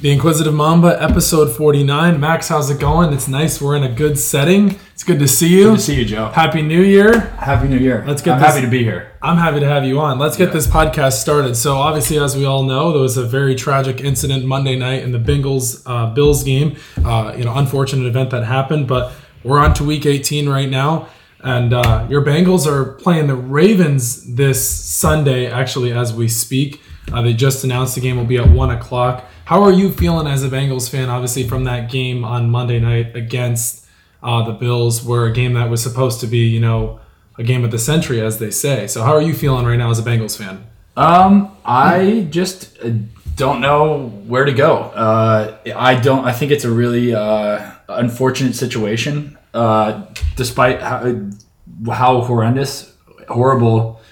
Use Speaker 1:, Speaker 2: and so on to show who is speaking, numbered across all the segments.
Speaker 1: The Inquisitive Mamba, episode 49. Max, how's it going? It's nice. We're in a good setting. It's good to see you.
Speaker 2: Good to see you, Joe.
Speaker 1: Happy New Year.
Speaker 2: Happy New Year.
Speaker 1: Let's get
Speaker 2: I'm
Speaker 1: this-
Speaker 2: happy to be here.
Speaker 1: I'm happy to have you on. Let's get this podcast started. So, obviously, as we all know, there was a very tragic incident Monday night in the Bengals uh, Bills game. Uh, you know, unfortunate event that happened, but we're on to week 18 right now. And uh, your Bengals are playing the Ravens this Sunday, actually, as we speak. Uh, they just announced the game will be at 1 o'clock. How are you feeling as a Bengals fan, obviously, from that game on Monday night against uh, the Bills, where a game that was supposed to be, you know, a game of the century, as they say. So, how are you feeling right now as a Bengals fan?
Speaker 2: Um, I just uh, don't know where to go. Uh, I don't. I think it's a really uh, unfortunate situation. Uh, despite how, uh, how horrendous, horrible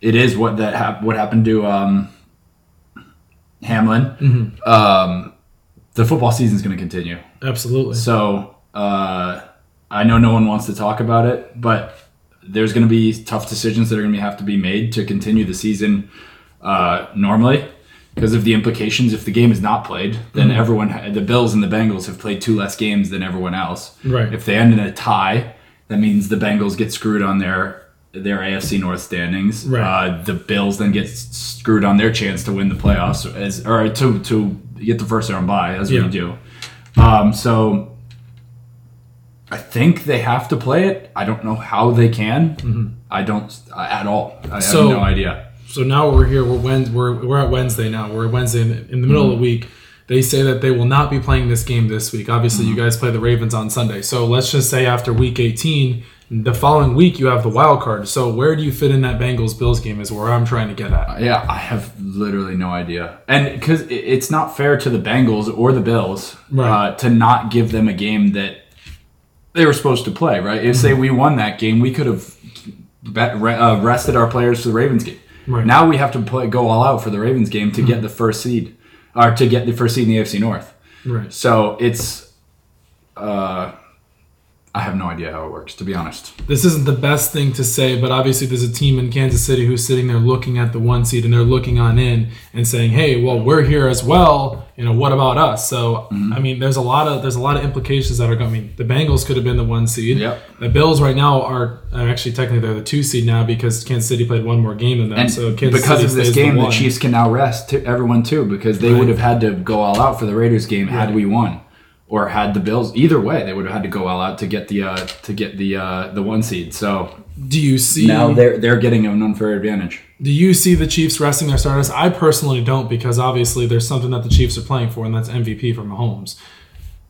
Speaker 2: it is, what that hap- what happened to um, Hamlin. Um, the football season's going to continue.
Speaker 1: Absolutely.
Speaker 2: So uh, I know no one wants to talk about it, but there's going to be tough decisions that are going to have to be made to continue the season uh, normally. Because of the implications, if the game is not played, then everyone, ha- the Bills and the Bengals have played two less games than everyone else.
Speaker 1: Right.
Speaker 2: If they end in a tie, that means the Bengals get screwed on their their AFC North standings.
Speaker 1: Right.
Speaker 2: Uh, the Bills then get s- screwed on their chance to win the playoffs as or to to get the first round bye as
Speaker 1: Yeah.
Speaker 2: we do. Um, so I think they have to play it. I don't know how they can. I don't I, at all. I
Speaker 1: Mm-hmm. So-
Speaker 2: have no idea.
Speaker 1: So now we're here. We're Wednesday. We're, we're at Wednesday now. We're Wednesday in, in the middle of the week. They say that they will not be playing this game this week. Obviously, you guys play the Ravens on Sunday. So let's just say after Week 18, the following week you have the wild card. So where do you fit in that Bengals Bills game? Is where I'm trying to get at.
Speaker 2: Yeah, I have literally no idea. And because it's not fair to the Bengals or the Bills
Speaker 1: Right.
Speaker 2: uh, to not give them a game that they were supposed to play, right? If,
Speaker 1: Mm-hmm.
Speaker 2: say, we won that game, we could have bet, re- uh, rested our players for the Ravens game.
Speaker 1: Right. Mm-hmm.
Speaker 2: Now we have to play, go all out for the Ravens game to get the first seed, or to get the first seed in the AFC North.
Speaker 1: Right.
Speaker 2: So it's, uh, I have no idea how it works, to be honest.
Speaker 1: this isn't the best thing to say, but obviously there's a team in Kansas City who's sitting there looking at the one seed and they're looking on in and saying, "Hey, well, we're here as well. You know, what about us?" So,
Speaker 2: Mm-hmm.
Speaker 1: I mean, there's a lot of there's a lot of implications that are going. I mean, the Bengals could have been the one seed.
Speaker 2: Yep.
Speaker 1: The Bills right now are, are actually technically they're the two seed now because Kansas City played one more game than them.
Speaker 2: And
Speaker 1: so Kansas
Speaker 2: because
Speaker 1: City
Speaker 2: of this
Speaker 1: stays the
Speaker 2: game, the,
Speaker 1: one.
Speaker 2: Chiefs can now rest to everyone too, because they
Speaker 1: Right.
Speaker 2: would have had to go all out for the Raiders game had we won, or had the Bills. Either way, they would have had to go all out to get the uh, to get the uh, the one seed. So
Speaker 1: Do you see
Speaker 2: now they're they're getting an unfair advantage.
Speaker 1: Do you see the Chiefs resting their starters? I personally don't because obviously there's something that the Chiefs are playing for, and that's MVP for Mahomes.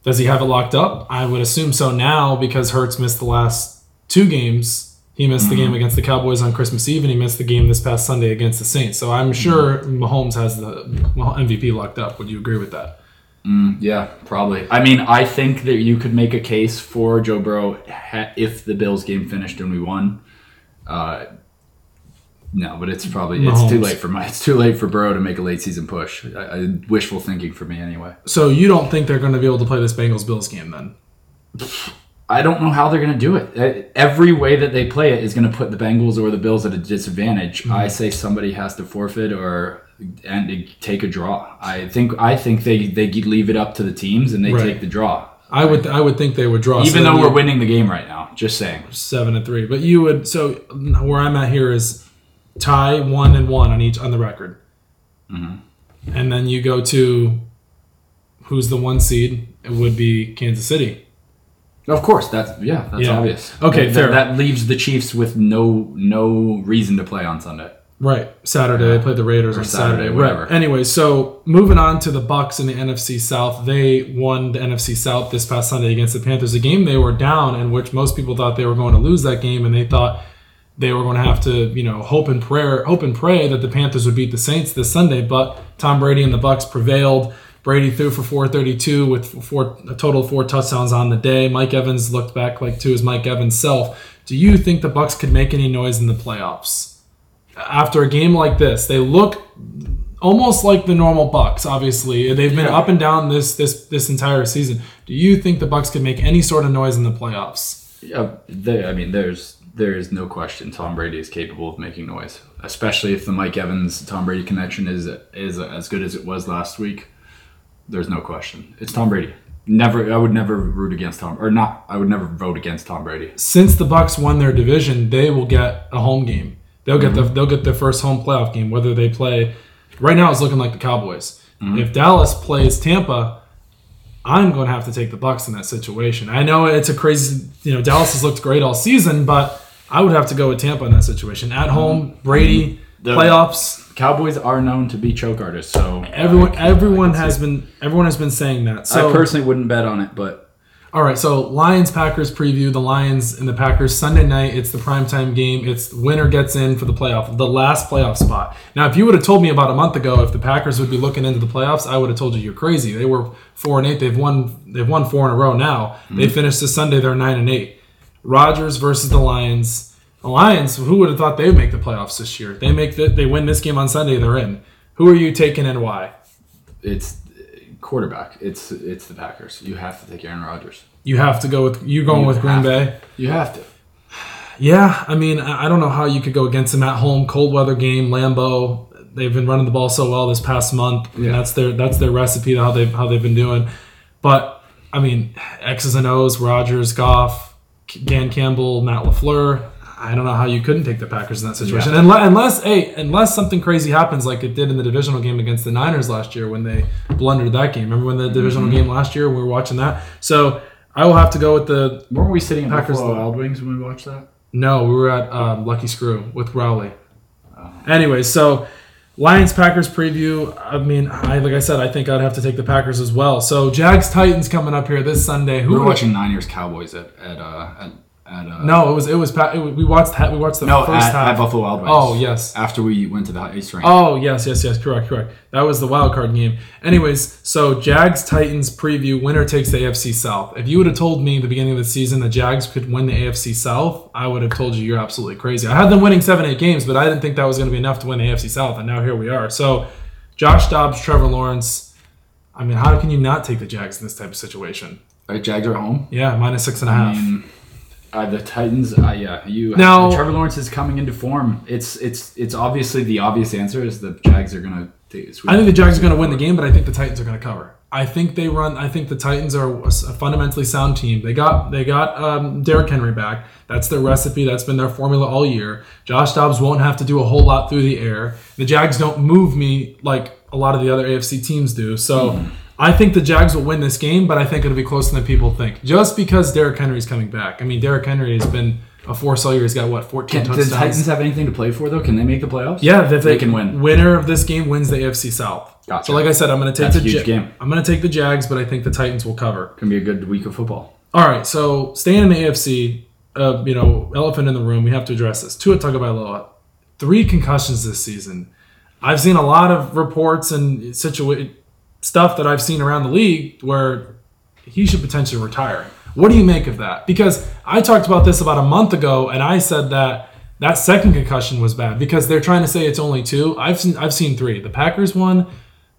Speaker 1: Does he have it locked up? I would assume so now because Hertz missed the last two games. He missed
Speaker 2: Mm-hmm.
Speaker 1: the game against the Cowboys on Christmas Eve, and he missed the game this past Sunday against the Saints. So
Speaker 2: Mm-hmm.
Speaker 1: I'm sure Mahomes has the MVP locked up. Would you agree with that?
Speaker 2: Yeah, probably. I mean, I think that you could make a case for Joe Burrow ha- if the Bills game finished and we won. Uh, no, but it's probably it's too
Speaker 1: Mahomes.
Speaker 2: late for my it's too late for Burrow to make a late season push. I, I, wishful thinking for me anyway.
Speaker 1: So you don't think they're going to be able to play this Bengals Bills game then?
Speaker 2: I don't know how they're going to do it. E- Every way that they play it is going to put the Bengals or the Bills at a disadvantage.
Speaker 1: Mm-hmm.
Speaker 2: I say somebody has to forfeit or and to take a draw. I think I think they they leave it up to the teams and they
Speaker 1: Right.
Speaker 2: take the draw.
Speaker 1: I would I would think they would draw. so
Speaker 2: Even
Speaker 1: then
Speaker 2: though
Speaker 1: you-
Speaker 2: we're winning the game right now, just saying.
Speaker 1: seven and three. But you would so where I'm at here is tie one and one on each on the record, and then you go to who's the one seed? It would be Kansas City.
Speaker 2: Of course, that's yeah, that's
Speaker 1: Yeah.
Speaker 2: obvious.
Speaker 1: Okay,
Speaker 2: That-
Speaker 1: fair.
Speaker 2: That leaves the Chiefs with no no reason to play on Sunday.
Speaker 1: Right, Saturday they play the Raiders on Saturday.
Speaker 2: Saturday,
Speaker 1: Right.
Speaker 2: whatever.
Speaker 1: Anyway, so moving on to the Bucks in the NFC South, they won the NFC South this past Sunday against the Panthers. A game they were down, in which most people thought they were going to lose that game, and they thought they were going to have to, you know, hope and prayer, hope and pray that the Panthers would beat the Saints this Sunday. But Tom Brady and the Bucks prevailed. Brady threw for 432 with four a total of four touchdowns on the day. Mike Evans looked back like to his Mike Evans self. Do you think the Bucks could make any noise in the playoffs? After a game like this, they look almost like the normal Bucks. Obviously, they've been
Speaker 2: Yeah.
Speaker 1: up and down this this this entire season. Do you think the Bucks could make any sort of noise in the playoffs?
Speaker 2: Yeah, there, I mean, there's there is no question Tom Brady is capable of making noise, especially if the Mike Evans Tom Brady connection is is as good as it was last week. There's no question. It's Tom Brady. Never, I would never root against Tom, or not. I would never vote against Tom Brady.
Speaker 1: Since the Bucks won their division, they will get a home game. They'll get the they'll get their first home playoff game. Whether they play, right now it's looking like the Cowboys. If Dallas plays Tampa, I'm going to have to take the Bucks in that situation. I know it's a crazy, you know, Dallas has looked great all season, but I would have to go with Tampa in that situation. At home, Brady,
Speaker 2: The-
Speaker 1: playoffs.
Speaker 2: Cowboys are known to be choke artists, so
Speaker 1: Everyone,
Speaker 2: I can- I can
Speaker 1: everyone
Speaker 2: see
Speaker 1: has been everyone has been saying that. So,
Speaker 2: I personally wouldn't bet on it, but
Speaker 1: all right. So, Lions Packers preview. The Lions and the Packers Sunday night. It's the primetime game. It's winner gets in for the playoff, the last playoff spot. Now, if you would have told me about a month ago if the Packers would be looking into the playoffs, I would have told you you're crazy. They were four and eight. They've won. They've won four in a row. Now they
Speaker 2: Mm-hmm.
Speaker 1: finished this Sunday. They're nine and eight. Rodgers versus the Lions. The Lions. Who would have thought they would make the playoffs this year? They make the, They win this game on Sunday. They're in. Who are you taking and why?
Speaker 2: it's quarterback. It's it's the Packers. You have to take Aaron Rodgers.
Speaker 1: You have to go with you going
Speaker 2: You
Speaker 1: with Green
Speaker 2: have to.
Speaker 1: Bay.
Speaker 2: You have to.
Speaker 1: Yeah, I mean, I I don't know how you could go against them at home, cold weather game, Lambeau. They've been running the ball so well this past month. and
Speaker 2: Yeah.
Speaker 1: that's their that's their recipe to how they how they've been doing. But I mean, X's and O's, Rogers, Goff, Dan Campbell, Matt Lafleur. I don't know how you couldn't take the Packers in that situation,
Speaker 2: Yeah.
Speaker 1: unless, unless hey, unless something crazy happens like it did in the divisional game against the Niners last year when they blundered that game. Remember when the divisional
Speaker 2: Mm-hmm.
Speaker 1: game last year we were watching that? So I will have to go with the
Speaker 2: Weren't we sitting at
Speaker 1: Packers
Speaker 2: Buffalo
Speaker 1: though.
Speaker 2: Wild Wings when we watched that?
Speaker 1: no, we were at um, Lucky Screw with Rowley. Anyway, so Lions Packers preview. I mean, I like I said, I think I'd have to take the Packers as well. So Jags Titans coming up here this Sunday. Who
Speaker 2: We were watching Niners Cowboys at at uh, at, at uh,
Speaker 1: No, it was it was, pa- it was we watched ha- we watched the
Speaker 2: no
Speaker 1: first
Speaker 2: at,
Speaker 1: half.
Speaker 2: at Buffalo Wild Wings.
Speaker 1: oh yes.
Speaker 2: after we went to the East Ring.
Speaker 1: Oh yes, yes, yes. Correct, correct. That was the wild card game. Anyways, so Jags Titans preview. Winner takes the AFC South. If you would have told me at the beginning of the season the Jags could win the AFC South, I would have told you you're absolutely crazy. I had them winning seven, eight games, but I didn't think that was going to be enough to win the AFC South, and now here we are. So, Josh Dobbs, Trevor Lawrence. I mean, how can you not take the Jags in this type of situation?
Speaker 2: All right, Jags are at home.
Speaker 1: Yeah, minus six and a half.
Speaker 2: I mean, uh, the Titans. Uh, yeah, you.
Speaker 1: Now-
Speaker 2: Trevor Lawrence is coming into form. It's it's it's obviously the obvious answer is the Jags are gonna. Take,
Speaker 1: I think the Jags are going to win the game, but I think the Titans are going to cover. I think they run. I think the Titans are a s- a fundamentally sound team. They got they got um, Derrick Henry back. That's their recipe. That's been their formula all year. Josh Dobbs won't have to do a whole lot through the air. The Jags don't move me like a lot of the other AFC teams do. So I think the Jags will win this game, but I think it'll be closer than people think. Just because Derrick Henry's coming back. I mean, Derrick Henry has been a force all year. He's got what fourteen
Speaker 2: Can, do the
Speaker 1: touchdowns.
Speaker 2: Titans have anything to play for though? Can they make the playoffs?
Speaker 1: Yeah, if
Speaker 2: They can win.
Speaker 1: Winner of this game wins the AFC South.
Speaker 2: Gotcha.
Speaker 1: So, like I said, I'm going to take
Speaker 2: That's
Speaker 1: the
Speaker 2: a huge game.
Speaker 1: I'm going to take the Jags, but I think the Titans will cover.
Speaker 2: Can be a good week of football.
Speaker 1: All right. So, staying in the AFC, uh, you know, elephant in the room. We have to address this. Tua Tagovailoa, three concussions this season. I've seen a lot of reports and situa- stuff that I've seen around the league where he should potentially retire. What do you make of that? Because I talked about this about a month ago, and I said that that second concussion was bad because they're trying to say it's only two. I've seen I've seen three. The Packers one,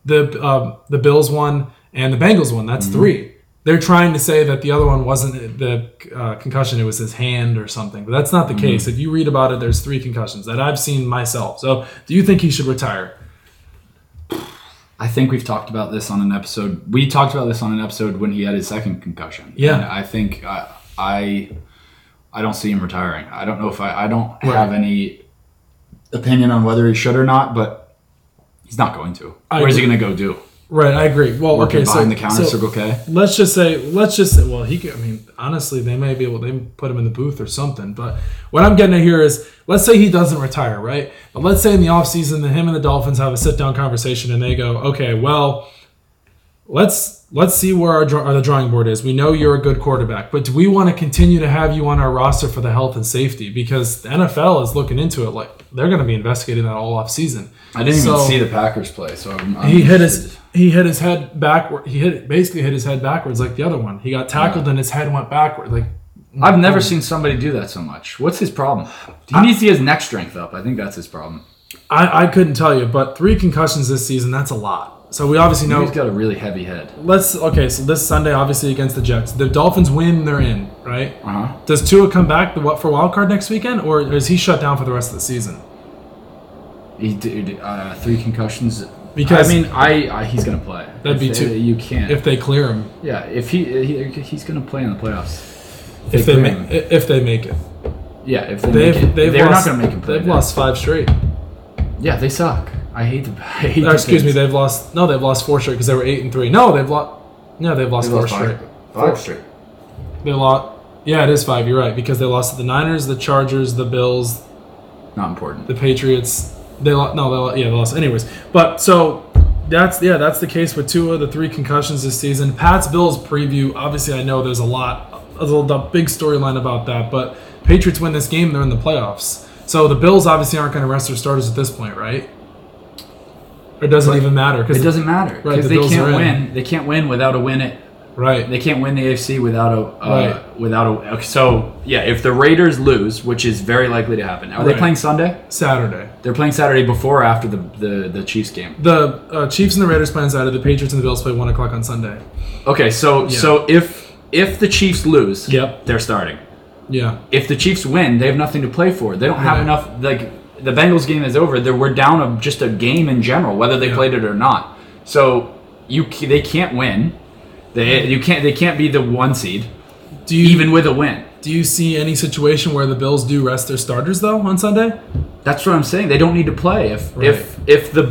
Speaker 1: the um, the Bills one, and the Bengals one.
Speaker 2: Mm-hmm.
Speaker 1: That's three. They're trying to say that the other one wasn't the uh, concussion; it was his hand or something. But that's not
Speaker 2: Mm-hmm.
Speaker 1: the case. If you read about it, there's three concussions that I've seen myself. So, do you think he should retire?
Speaker 2: I think we've talked about this on an episode. We talked about this on an episode when he had his second concussion.
Speaker 1: Yeah.
Speaker 2: And I think I, I I don't see him retiring. I don't know if I I don't have any opinion on whether he should or not, but he's not going to.
Speaker 1: I
Speaker 2: Where's he going to go do?
Speaker 1: Right, I agree. Well,
Speaker 2: Working
Speaker 1: okay, so
Speaker 2: behind the counter,
Speaker 1: so-
Speaker 2: Circle K.
Speaker 1: let's just say let's just say well he could, i mean honestly they may be able they put him in the booth or something but what i'm getting at here is let's say he doesn't retire right but let's say in the offseason that him and the dolphins have a sit down conversation and they go okay well let's let's see where our, draw- our the drawing board is we know you're a good quarterback but do we want to continue to have you on our roster for the health and safety because the nfl is looking into it like they're going to be investigating that all offseason
Speaker 2: I didn't
Speaker 1: So-
Speaker 2: even see the Packers play, so I'm, I'm
Speaker 1: he hit
Speaker 2: interested.
Speaker 1: his he hit his head backward. He hit basically hit his head backwards like the other one. He got tackled and his head went backward. Like
Speaker 2: I've never seen somebody do that so much. What's his problem? He needs to get his neck strength up. I think that's his problem.
Speaker 1: I, I couldn't tell you, but three concussions this season that's a lot. So we obviously know.
Speaker 2: He's got a really heavy head.
Speaker 1: Let's okay. So this Sunday, obviously against the Jets, the Dolphins win, they're in, right?
Speaker 2: Uh huh.
Speaker 1: Does Tua come back the what for wild card next weekend, or is he shut down for the rest of the season?
Speaker 2: He did uh, three concussions
Speaker 1: Because
Speaker 2: I mean, I, I he's gonna play.
Speaker 1: That'd be
Speaker 2: If-
Speaker 1: too-
Speaker 2: You can't.
Speaker 1: if they clear him,
Speaker 2: yeah, if he, he he's gonna play in the playoffs.
Speaker 1: if they
Speaker 2: clear
Speaker 1: ma-
Speaker 2: him.
Speaker 1: if they make it,
Speaker 2: yeah, if they
Speaker 1: they've
Speaker 2: make it,
Speaker 1: they've
Speaker 2: they're
Speaker 1: lost,
Speaker 2: not gonna make him play.
Speaker 1: They've
Speaker 2: now.
Speaker 1: lost five straight.
Speaker 2: Yeah, they suck. I hate the. I hate
Speaker 1: Or,
Speaker 2: the
Speaker 1: Uh, excuse me,
Speaker 2: Pistons.
Speaker 1: they've lost. No, they've lost four straight because they were eight and three. No, they've lost. No, they've lost
Speaker 3: They
Speaker 1: four
Speaker 3: lost
Speaker 1: straight.
Speaker 3: five, five straight.
Speaker 1: They lost. Yeah, it is five. You're right because they lost to the Niners, the Chargers, the Bills,
Speaker 2: not important.
Speaker 1: the Patriots. They lost. No, they lost. Yeah, they lost. Anyways, but so that's yeah, that's the case with Tua. The three concussions this season. Pats Bills preview. Obviously, I know there's a lot, a little the big storyline about that. But Patriots win this game, they're in the playoffs. So the Bills obviously aren't going to rest their starters at this point, right? Or doesn't
Speaker 2: Right.
Speaker 1: even matter
Speaker 2: It
Speaker 1: because
Speaker 2: doesn't matter
Speaker 1: Right,
Speaker 2: because
Speaker 1: the
Speaker 2: they
Speaker 1: Bills
Speaker 2: can't
Speaker 1: are in.
Speaker 2: win. They can't win without a win. It
Speaker 1: right.
Speaker 2: they can't win the AFC without a uh,
Speaker 1: Right.
Speaker 2: without a. okay, So yeah, if the Raiders lose, which is very likely to happen, are
Speaker 1: Right.
Speaker 2: they playing Sunday?
Speaker 1: Saturday.
Speaker 2: They're playing Saturday before or after the the, the Chiefs game.
Speaker 1: The uh, Chiefs and the Raiders play on Saturday. The Patriots and the Bills play one o'clock on Sunday.
Speaker 2: Okay, so
Speaker 1: Yeah.
Speaker 2: so if if the Chiefs lose,
Speaker 1: Yep.
Speaker 2: they're starting.
Speaker 1: Yeah,
Speaker 2: If the Chiefs win, they have nothing to play for. They don't have
Speaker 1: Right.
Speaker 2: enough. Like the Bengals game is over. They're, we're down of just a game in general, whether they
Speaker 1: Yeah.
Speaker 2: played it or not. So you ca- they can't win. They you can't they can't be the one seed
Speaker 1: Do you
Speaker 2: even with a win.
Speaker 1: do you see any situation where the Bills do rest their starters though on Sunday?
Speaker 2: That's what I'm saying. They don't need to play if
Speaker 1: Right. Mm-hmm.
Speaker 2: if if the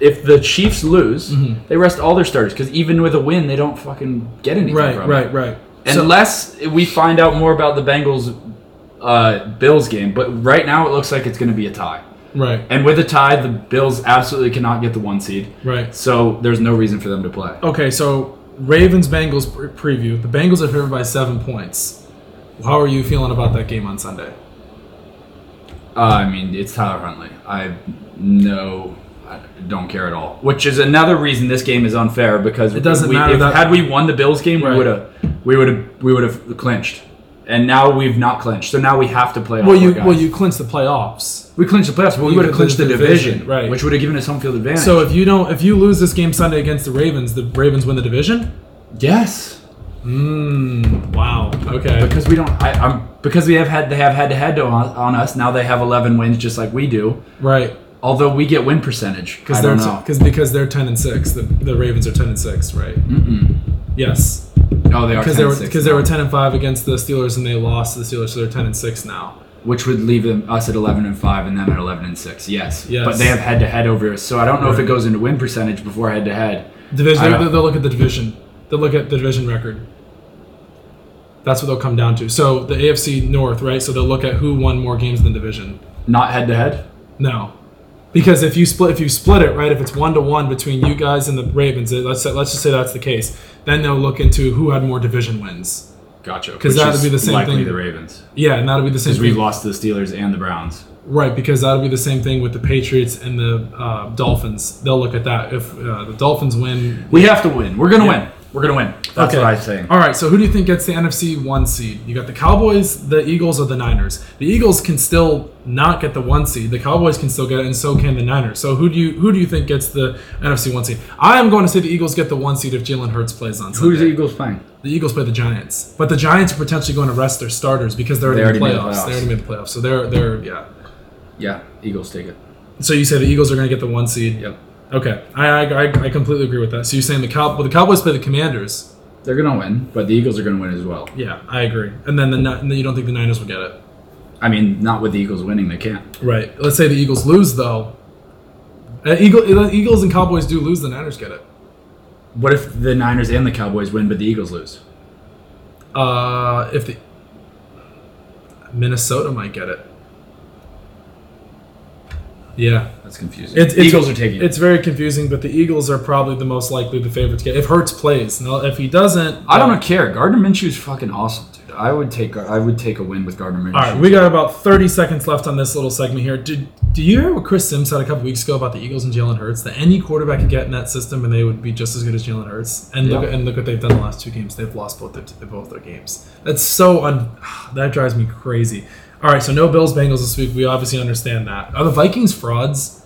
Speaker 2: if the Chiefs lose, they rest all their starters because even with a win, they don't fucking get anything.
Speaker 1: Right,
Speaker 2: from it.
Speaker 1: right, right. So-
Speaker 2: Unless we find out more about the Bengals uh, Bills game, but right now it looks like it's going to be a tie.
Speaker 1: right,
Speaker 2: And with a tie, the Bills absolutely cannot get the one seed.
Speaker 1: right.
Speaker 2: So there's no reason for them to play.
Speaker 1: Okay, so Ravens Bengals pre- preview. The Bengals are favored by seven points. How are you feeling about that game on Sunday?
Speaker 2: Uh, I mean, it's Tyler Huntley. I no, I don't care at all. Which is another reason this game is unfair because it
Speaker 1: doesn't
Speaker 2: we,
Speaker 1: matter
Speaker 2: If,
Speaker 1: that-
Speaker 2: had we won the Bills game,
Speaker 1: Right.
Speaker 2: we would have, we would have, we would have clinched. And now we've not clinched, so now we have to play. all
Speaker 1: Well,
Speaker 2: four
Speaker 1: you
Speaker 2: guys.
Speaker 1: well you clinch the playoffs.
Speaker 2: we clinched the playoffs, but we
Speaker 1: You
Speaker 2: would have
Speaker 1: clinched
Speaker 2: clinched the
Speaker 1: the
Speaker 2: division,
Speaker 1: division, right.
Speaker 2: Which would have given us home field advantage.
Speaker 1: So if you don't if you lose this game Sunday against the Ravens, the Ravens win the division.
Speaker 2: yes,
Speaker 1: Mm, wow. Okay.
Speaker 2: because we don't. I, I'm because we have had they have had to head to on, on us. Now they have 11 wins, just like we do.
Speaker 1: Right.
Speaker 2: Although we get win percentage because
Speaker 1: Because
Speaker 2: they're
Speaker 1: they're
Speaker 2: know.
Speaker 1: because because they're ten and six. The, the Ravens are ten and six, right? Mm-mm. Yes,
Speaker 2: oh, they are
Speaker 1: because they were
Speaker 2: 10-6
Speaker 1: because they
Speaker 2: now.
Speaker 1: were ten and five against the Steelers and they lost to the Steelers, so they're ten and six now.
Speaker 2: which would leave them us at 11 and 5 and them at 11 and 6 yes,
Speaker 1: Yes.
Speaker 2: but they have head to head over us so i don't know if
Speaker 1: Right.
Speaker 2: it goes into win percentage before head to head
Speaker 1: Division.
Speaker 2: I
Speaker 1: They,
Speaker 2: don't-
Speaker 1: will look at the division. They'll look at the division record. That's what they'll come down to. So the AFC North, right? So they'll look at who won more games than division.
Speaker 2: not head to head
Speaker 1: No, because if you split if you split it right, if it's one to one between you guys and the Ravens, let's say, let's just say that's the case. Then they'll look into who had more division wins.
Speaker 2: gotcha
Speaker 1: 'Cause
Speaker 2: which
Speaker 1: that'd
Speaker 2: is
Speaker 1: be the same
Speaker 2: likely
Speaker 1: thing.
Speaker 2: the ravens
Speaker 1: Yeah, and that'll be the same.
Speaker 2: because we
Speaker 1: thing.
Speaker 2: lost to the steelers and the browns
Speaker 1: Right, because that'll be the same thing with the Patriots and the uh, Dolphins. They'll look at that. If uh, the Dolphins win,
Speaker 2: we have to win we're gonna
Speaker 1: Yeah.
Speaker 2: win we're gonna win that's what i'm saying
Speaker 1: All right, so who do you think gets the NFC one seed? You got the Cowboys, the Eagles, or the Niners. The Eagles can still not get the one seed. The Cowboys can still get it, and so can the Niners. So who do you who do you think gets the NFC one seed? I am going to say the Eagles get the one seed if Jalen Hurts plays on Sunday.
Speaker 2: who's the eagles playing
Speaker 1: The Eagles play the Giants, but the Giants are potentially going to rest their starters because they're already
Speaker 2: They
Speaker 1: in the
Speaker 2: already made
Speaker 1: playoffs.
Speaker 2: the
Speaker 1: They
Speaker 2: playoffs.
Speaker 1: already made the playoffs, so they're they're yeah.
Speaker 2: yeah eagles take it
Speaker 1: So you say the Eagles are going to get the one seed.
Speaker 2: yep
Speaker 1: Okay, I, I, I- I completely agree with that. So you're saying the Cow- well, the Cowboys play the Commanders?
Speaker 2: they're gonna win but the eagles are gonna win as well
Speaker 1: Yeah, I agree. And then the Ni- and then you don't think the Niners will get it,
Speaker 2: i mean not with the eagles winning they can't
Speaker 1: right? Let's say the Eagles lose though. Uh, Eagle, Eagles and Cowboys do lose, the Niners get it.
Speaker 2: what if the niners and the cowboys win but the eagles lose
Speaker 1: Uh, if the Minnesota might get it, yeah,
Speaker 2: that's confusing
Speaker 1: It's-
Speaker 2: the
Speaker 1: it's-
Speaker 2: eagles are taking it
Speaker 1: It's very confusing, but the Eagles are probably the most likely the favorite to get. If Hertz plays, now if he doesn't, uh,
Speaker 2: I don't care. Gardner Minshew is fucking awesome, dude. I would take I would take a win with Gardner Minshew.
Speaker 1: All right, we got about 30 seconds left on this little segment here. Did do you hear what Chris Sims said a couple weeks ago about the Eagles and Jalen Hurts? That any quarterback could get in that system and they would be just as good as Jalen Hurts. And look
Speaker 2: Yeah.
Speaker 1: and look what they've done the last two games. They've lost both their, both their games. That's so un that drives me crazy. All right, so no Bills Bengals this week. We obviously understand that. Are the Vikings frauds?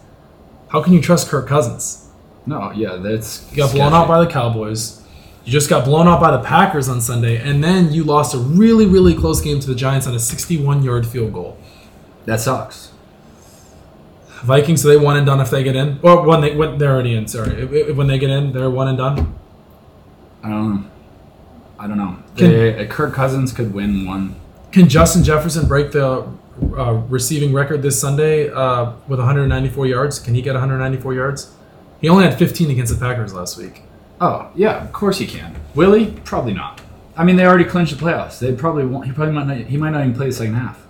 Speaker 1: How can you trust Kirk Cousins?
Speaker 2: no, yeah, that's
Speaker 1: You got blown out by the Cowboys. You just got blown out by the Packers on Sunday, and then you lost a really, really close game to the Giants on a 61-yard field goal.
Speaker 2: that sucks.
Speaker 1: Vikings, so they one and done if they get in, or when they when they're already in. Sorry, If- if- when they get in, they're one and done.
Speaker 2: I don't know. I don't know.
Speaker 1: Can-
Speaker 2: They, uh, Kirk Cousins could win one.
Speaker 1: Can Justin Jefferson break the uh, receiving record this Sunday uh, with 194 yards? Can he get 194 yards? He only had 15 against the Packers last week.
Speaker 2: Oh yeah, of course he can. Will he? Probably not. I mean, they already clinched the playoffs. They probably won't. He probably might not. He might not even play the second half.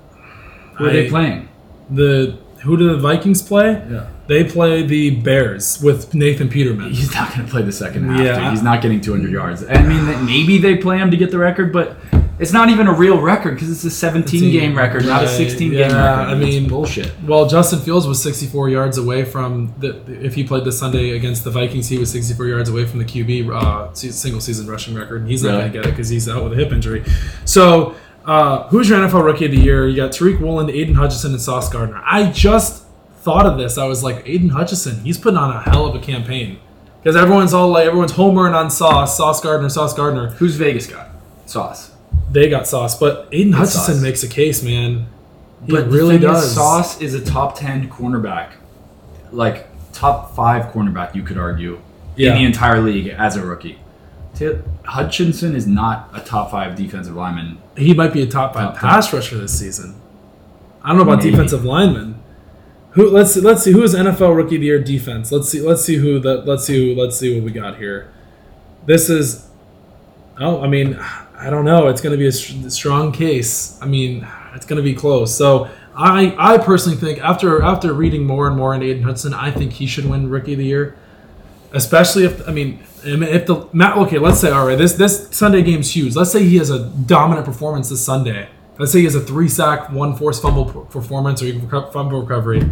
Speaker 2: Who are
Speaker 1: I-
Speaker 2: they playing?
Speaker 1: The who do the Vikings play?
Speaker 2: Yeah.
Speaker 1: They play the Bears with Nathan Peterman.
Speaker 2: He's not going to play the second half.
Speaker 1: Yeah.
Speaker 2: Dude. He's not getting 200 yards. I mean, that- maybe they play him to get the record, but it's not even a real record because it's a 17 game record, not a
Speaker 1: Right,
Speaker 2: 16 game
Speaker 1: yeah,
Speaker 2: record.
Speaker 1: I
Speaker 2: It's
Speaker 1: mean-
Speaker 2: bullshit.
Speaker 1: Well, Justin Fields was 64 yards away from the. If he played this Sunday against the Vikings, he was 64 yards away from the QB uh, se- single season rushing record. He's not
Speaker 2: Really?
Speaker 1: going to get it because he's out with a hip injury. So, uh, who's your NFL Rookie of the Year? You got Tariq Woolen, Aiden Hutchinson, and Sauce Gardner. I just thought of this. I was like, Aiden Hutchinson, he's putting on a hell of a campaign because everyone's all like, everyone's homering on Sauce, Sauce Gardner, Sauce Gardner.
Speaker 2: Who's Vegas got? Sauce.
Speaker 1: They got Sauce, but Aiden Hutchinson
Speaker 2: Sauce.
Speaker 1: makes a case, man. He
Speaker 2: But the
Speaker 1: really
Speaker 2: thing is,
Speaker 1: does.
Speaker 2: Sauce is a top 10 cornerback, like top five cornerback, you could argue,
Speaker 1: Yeah.
Speaker 2: in the entire league as a rookie. Ta- Hutchinson is not a top five defensive lineman.
Speaker 1: he might be a top five
Speaker 2: Top ten.
Speaker 1: pass rusher this season. I don't know about
Speaker 2: Maybe.
Speaker 1: defensive linemen. Who let's see, let's see who is NFL rookie of the year defense. Let's see let's see who the let's see who, let's see what we got here. This is oh I mean I don't know. It's going to be a str- strong case. I mean it's going to be close. So I I personally think after after reading more and more on Aiden Hudson, I think he should win rookie of the year especially if I mean if the Matt okay let's say all right this this Sunday game's huge let's say he has a dominant performance this Sunday let's say he has a three sack one forced fumble per- performance or even reco- fumble recovery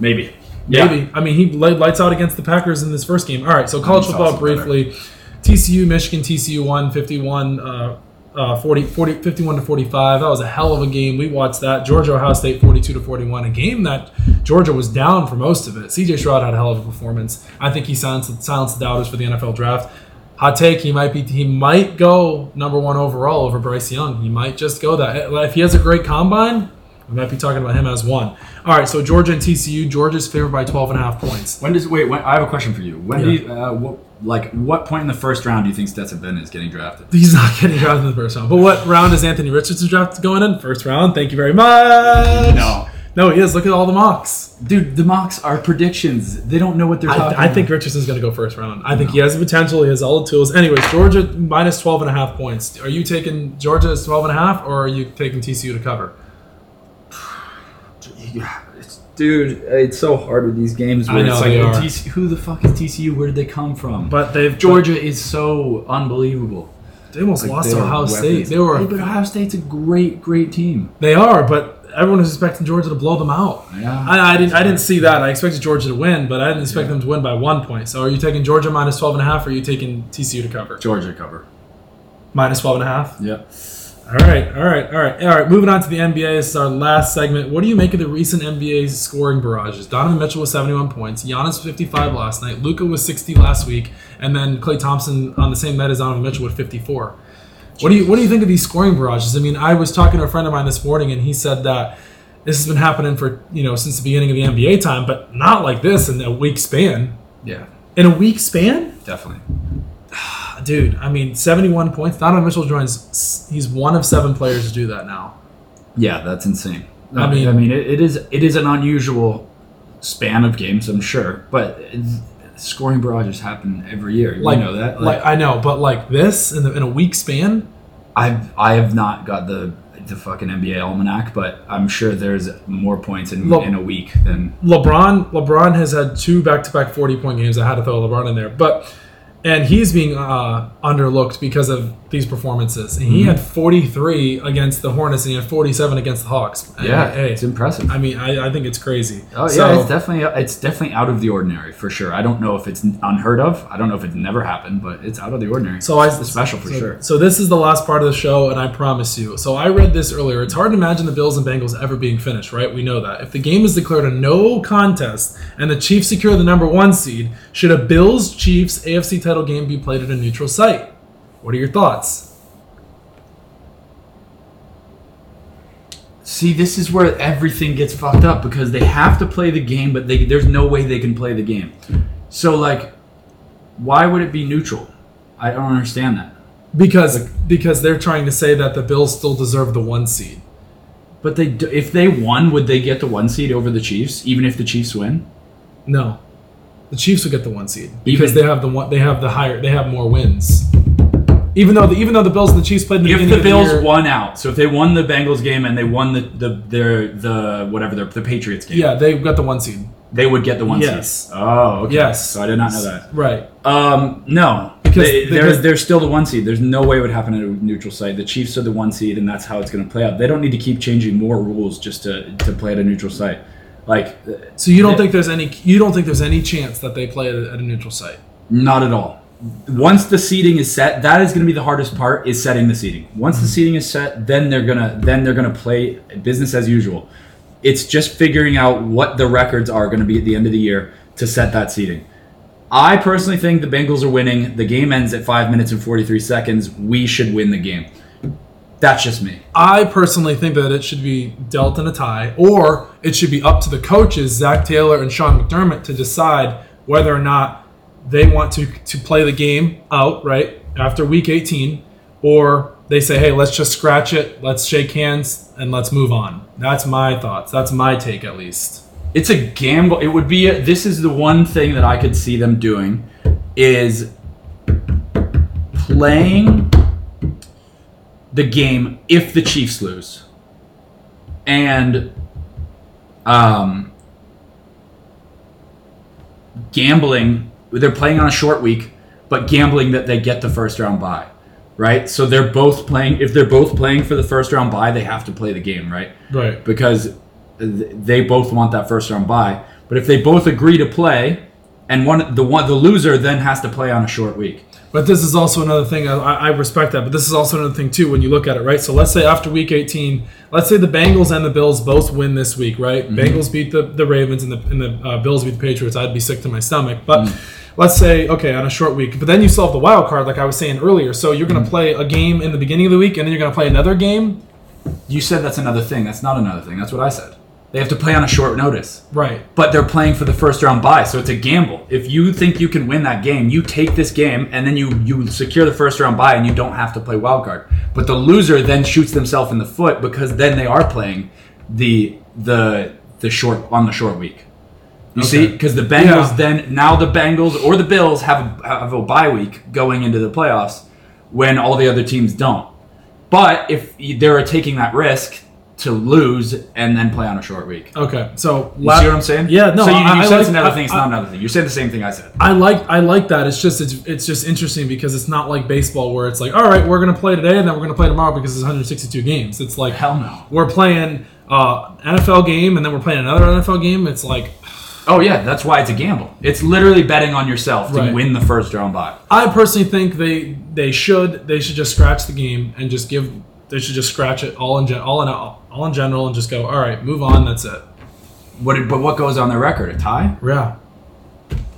Speaker 2: Maybe.
Speaker 1: maybe I mean he li- lights out against the Packers in this first game all right so college
Speaker 2: He's
Speaker 1: football
Speaker 2: awesome, brother.
Speaker 1: briefly TCU Michigan TCU one fifty one. Uh, uh, 40, 40, 51 to 45. That was a hell of a game. We watched that. Georgia Ohio State 42 to 41. A game that Georgia was down for most of it. CJ Stroud had a hell of a performance. I think he silenced, silenced the doubters for the NFL draft. Hot take, he might be he might go number 1 overall over Bryce Young. He might just go that. eh, If he has a great combine, we might be talking about him as one. All right, so Georgia and TCU, Georgia's favored by 12 and a half points.
Speaker 2: When does wait? When, I have a question for you. When
Speaker 1: Yeah.
Speaker 2: do you, uh, what, like what point in the first round do you think Stetson Bennett is getting drafted?
Speaker 1: He's not getting drafted in the first round. But what round is Anthony Richardson drafted going in? First round. Thank you very much.
Speaker 2: No.
Speaker 1: No, he is. Look at all the mocks. Uh,
Speaker 2: Dude, the mocks are predictions. They don't know what they're talking.
Speaker 1: I, I think
Speaker 2: about.
Speaker 1: Richardson's going to go first round. I think he has the potential. He has all the tools. Anyways, Georgia minus 12 and a half points. Are you taking Georgia as 12 and a half or are you taking TCU to cover?
Speaker 2: Yeah, it's- dude, it's so hard with these games.
Speaker 1: I know, they are.
Speaker 2: TC who the fuck is TCU? Where did they come from?
Speaker 1: But they've
Speaker 2: Georgia is so unbelievable.
Speaker 1: They almost lost
Speaker 2: they
Speaker 1: to
Speaker 2: are
Speaker 1: Ohio
Speaker 2: weapons.
Speaker 1: State. They were.
Speaker 2: Hey, but Ohio State's a great, great team.
Speaker 1: They are, but everyone was expecting Georgia to blow them out.
Speaker 2: Yeah.
Speaker 1: I, I didn't. I didn't see that. I expected Georgia to win, but I didn't expect them to win by one point. So, are you taking Georgia minus 12 and a half, or are you taking TCU to cover?
Speaker 2: Georgia cover.
Speaker 1: Minus 12 and a half.
Speaker 2: Yeah.
Speaker 1: All right, all right, all right, all right. Moving on to the NBA. This is our last segment. What do you make of the recent NBA scoring barrages? Donovan Mitchell with 71 points, Giannis with 55 last night, Luca was 60 last week, and then Clay Thompson on the same night as Donovan Mitchell with 54. What do you what do you think of these scoring barrages? I mean, I was talking to a friend of mine this morning, and he said that this has been happening for you know since the beginning of the NBA time, but not like this in a week span.
Speaker 2: Yeah.
Speaker 1: In a week span,
Speaker 2: Definitely.
Speaker 1: dude, I mean, 71 points. Donovan Mitchell joins. He's one of seven players to do that now.
Speaker 2: Yeah, that's insane.
Speaker 1: I
Speaker 2: I
Speaker 1: mean-
Speaker 2: mean, I mean, it, it is it is an unusual span of games, I'm sure, but it's- scoring barrages happen every year. You
Speaker 1: Like
Speaker 2: know that.
Speaker 1: Like, I know, but like this in, the, in a week span,
Speaker 2: I've I have not got the the fucking NBA almanac, but I'm sure there's more points in,
Speaker 1: Look.
Speaker 2: in a week than
Speaker 1: LeBron LeBron has had two back to back 40 point games. I had to throw LeBron in there, but and he's being uh, underlooked because of these performances. And
Speaker 2: Mm-hmm.
Speaker 1: he had 43 against the Hornets, and he had 47 against the Hawks. And,
Speaker 2: yeah.
Speaker 1: hey,
Speaker 2: it's impressive.
Speaker 1: I mean, I, I think it's crazy.
Speaker 2: Oh yeah,
Speaker 1: So-
Speaker 2: it's definitely it's definitely out of the ordinary for sure. I don't know if it's unheard of. I don't know if it's never happened, but it's out of the ordinary.
Speaker 1: So I
Speaker 2: it's special for
Speaker 1: so,
Speaker 2: sure.
Speaker 1: So this is the last part of the show, and I promise you. So I read this earlier. It's hard to imagine the Bills and Bengals ever being finished, right? We know that. If the game is declared a no contest and the Chiefs secure the number one seed, should a Bills Chiefs AFC title game be played at a neutral site? What are your thoughts?
Speaker 2: See, this is where everything gets fucked up because they have to play the game, but they, there's no way they can play the game. So, like, why would it be neutral? I don't understand that.
Speaker 1: because because they're trying to say that the Bills still deserve the one seed.
Speaker 2: But they, do- if they won, would they get the one seed over the Chiefs, even if the Chiefs win?
Speaker 1: No, the Chiefs would get the one seed
Speaker 2: Even-
Speaker 1: because they have the one, they have the higher they have more wins. Even though the even though the Bills and the Chiefs played in the
Speaker 2: If
Speaker 1: beginning
Speaker 2: the
Speaker 1: of
Speaker 2: Bills
Speaker 1: year-
Speaker 2: won out, so if they won the Bengals game and they won the the their the whatever the, the Patriots game,
Speaker 1: yeah, they got the one seed.
Speaker 2: they would get the one
Speaker 1: Yes.
Speaker 2: seed. Oh, okay.
Speaker 1: Yes.
Speaker 2: So I did not know that.
Speaker 1: Right.
Speaker 2: Um, no,
Speaker 1: Because-
Speaker 2: they,
Speaker 1: because-
Speaker 2: they're, they're still the one seed. There's no way it would happen at a neutral site. The Chiefs are the one seed, and that's how it's going to play out. They don't need to keep changing more rules just to, to play at a neutral site. Like, uh,
Speaker 1: So you don't
Speaker 2: Yeah.
Speaker 1: think there's any you don't think there's any chance that they play at a, at a neutral site.
Speaker 2: not at all. Once the seeding is set, that is going to be the hardest part is setting the seeding. Once the seeding is set, then they're gonna then they're gonna play business as usual. It's just figuring out what the records are going to be at the end of the year to set that seeding. I personally think the Bengals are winning. The game ends at five minutes and 43 seconds. We should win the game. That's just me.
Speaker 1: I personally think that it should be dealt in a tie, or it should be up to the coaches, Zach Taylor and Sean McDermott, to decide whether or not they want to, to play the game out, right, after week 18, or they say, hey, let's just scratch it, let's shake hands, and let's move on. That's my thoughts. That's my take, at least.
Speaker 2: it's a gamble. It would be. A, this is the one thing that I could see them doing is playing the game if the Chiefs lose, and um, gambling. They're playing on a short week, but gambling that they get the first round bye, right? So they're both playing. If they're both playing for the first round bye, they have to play the game, right?
Speaker 1: Right.
Speaker 2: because th- they both want that first round bye. But if they both agree to play, and one the one the loser then has to play on a short week.
Speaker 1: But this is also another thing. I, I respect that, but this is also another thing too when you look at it, right? So let's say after week 18, let's say the Bengals and the Bills both win this week, right?
Speaker 2: Mm-hmm.
Speaker 1: Bengals beat the, the Ravens and the and the uh, Bills beat the Patriots. I'd be sick to my stomach, but.
Speaker 2: Mm.
Speaker 1: Let's say okay on a short week, but then you still have the wild card, like I was saying earlier. So you're
Speaker 2: Mm-hmm.
Speaker 1: going to play a game in the beginning of the week, and then you're going to play another game,
Speaker 2: You said that's another thing. That's not another thing. That's what I said. They have to play on a short notice.
Speaker 1: right?
Speaker 2: But they're playing for the first round bye, so it's a gamble. If you think you can win that game, you take this game and then you you secure the first round bye and you don't have to play wild card. But the loser then shoots themselves in the foot because then they are playing the the the short on the short week. You see, because the Bengals
Speaker 1: Yeah.
Speaker 2: then now the Bengals or the Bills have a, have a bye week going into the playoffs when all the other teams don't. But if y- they're taking that risk to lose and then play on a short week,
Speaker 1: Okay, so
Speaker 2: you see what I'm saying?
Speaker 1: Yeah, no,
Speaker 2: So you, you
Speaker 1: I- I
Speaker 2: said it's
Speaker 1: like-
Speaker 2: another
Speaker 1: I-
Speaker 2: thing. It's
Speaker 1: I-
Speaker 2: not another thing. You're saying the same thing I said.
Speaker 1: I like I like that. It's just it's, it's just interesting because it's not like baseball where it's like, all right, we're gonna play today and then we're gonna play tomorrow because it's 162 games. It's like
Speaker 2: Hell no.
Speaker 1: we're playing uh, NFL game and then we're playing another NFL game. It's like
Speaker 2: Oh yeah, that's why it's a gamble. It's literally betting on yourself to
Speaker 1: Right.
Speaker 2: win the first round bye.
Speaker 1: I personally think they they should they should just scratch the game and just give they should just scratch it all in gen- all in all, all in general and just go all right move on that's it
Speaker 2: What? it- But what goes on the record? A tie?
Speaker 1: yeah.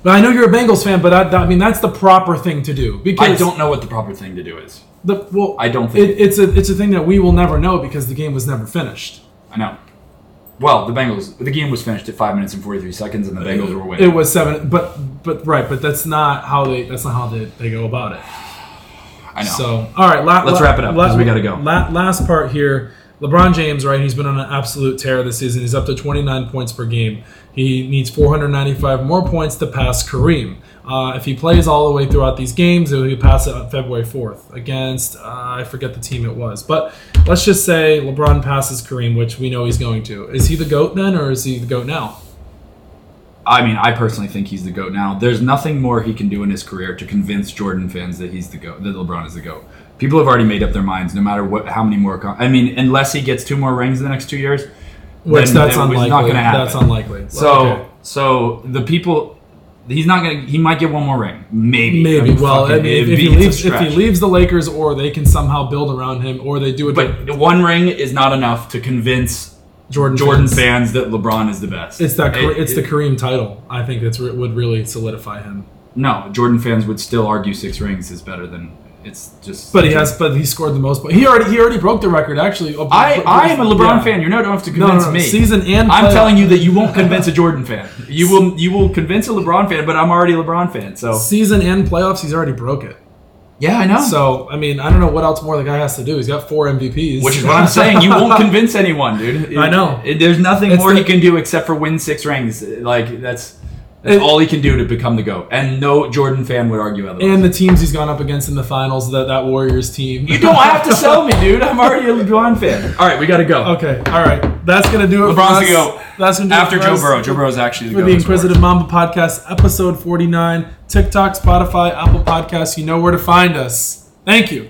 Speaker 1: But I know you're a Bengals fan, but I, that- I mean that's the proper thing to do because
Speaker 2: I don't know what the proper thing to do is.
Speaker 1: The, well,
Speaker 2: I don't think-
Speaker 1: it, it's a it's a thing that we will never know because the game was never finished.
Speaker 2: I know. Well, the Bengals. The game was finished at five minutes and forty-three seconds, and the Bengals were
Speaker 1: It
Speaker 2: winning.
Speaker 1: was seven, but but right, but that's not how they that's not how they, they go about it.
Speaker 2: I know.
Speaker 1: So all right, la-
Speaker 2: Let's
Speaker 1: la-
Speaker 2: wrap it up,
Speaker 1: la-
Speaker 2: 'cause we gotta go.
Speaker 1: La- last part here, LeBron James, right? He's been on an absolute tear this season. He's up to 29 points per game. He needs 495 more points to pass Kareem. Uh, if he plays all the way throughout these games, he'll he'll pass it on February 4th against uh, I forget the team it was, but let's just say LeBron passes Kareem, which we know he's going to. Is he the goat then, or is he the goat now?
Speaker 2: I mean, I personally think he's the goat now. There's nothing more he can do in his career to convince Jordan fans that he's the goat, that LeBron is the goat. People have already made up their minds, no matter what, how many more. Con- I mean, unless he gets two more rings in the next two years,
Speaker 1: Which
Speaker 2: Then
Speaker 1: that's
Speaker 2: it was
Speaker 1: unlikely.
Speaker 2: not gonna happen.
Speaker 1: that's unlikely.
Speaker 2: So
Speaker 1: Okay.
Speaker 2: so the people he's not gonna he might get one more ring. Maybe.
Speaker 1: Maybe.
Speaker 2: I mean,
Speaker 1: well,
Speaker 2: fucking-
Speaker 1: I mean, if,
Speaker 2: it'd
Speaker 1: if
Speaker 2: be-
Speaker 1: he
Speaker 2: it's a
Speaker 1: leaves, if he
Speaker 2: stretch.
Speaker 1: leaves the Lakers, or they can somehow build around him, or they do it.
Speaker 2: but the one ring is not enough to convince
Speaker 1: Jordan,
Speaker 2: Jordan
Speaker 1: fans.
Speaker 2: fans that LeBron is the best.
Speaker 1: it's that. Kare-
Speaker 2: It-
Speaker 1: it's
Speaker 2: it-
Speaker 1: the Kareem title. I think that's re- would really solidify him.
Speaker 2: no Jordan fans would still argue six rings is better than
Speaker 3: It's just.
Speaker 1: But he has, but he scored the most. But he already, he already broke the record. Actually,
Speaker 2: I, I am a LeBron
Speaker 1: Yeah.
Speaker 2: fan. You know, don't have to
Speaker 1: No, no,
Speaker 2: convince
Speaker 1: no,
Speaker 2: me.
Speaker 1: season and
Speaker 2: I'm
Speaker 1: playoff.
Speaker 2: telling you that you won't convince a Jordan fan. You will you will convince a LeBron fan, but I'm already a LeBron fan. So
Speaker 1: season and playoffs. He's already broke it.
Speaker 2: yeah, I know.
Speaker 1: So I mean, I don't know what else more the guy has to do. He's got four MVPs,
Speaker 2: Which is what I'm saying. You won't convince anyone, dude. It-
Speaker 1: I know.
Speaker 2: it- there's nothing
Speaker 1: It's
Speaker 2: more
Speaker 1: the-
Speaker 2: he can do except for win six rings. Like that's that's
Speaker 1: It-
Speaker 2: all he can do to become the goat. And no Jordan fan would argue otherwise.
Speaker 1: and the teams he's gone up against in the finals, that that Warriors team.
Speaker 2: you don't have to sell me, dude. I'm already a LeBron fan. All right, we got to go.
Speaker 1: Okay, all right. That's gonna do it. for
Speaker 2: LeBron's
Speaker 1: us.
Speaker 2: the GOAT.
Speaker 1: That's gonna do
Speaker 2: After
Speaker 1: it for
Speaker 2: Joe
Speaker 1: us.
Speaker 2: Burrow, Joe Burrow's actually the
Speaker 1: For
Speaker 2: goat.
Speaker 1: the
Speaker 2: as far as-
Speaker 1: Inquisitive Mamba podcast, episode 49, TikTok, Spotify, Apple Podcasts. You know where to find us. Thank you.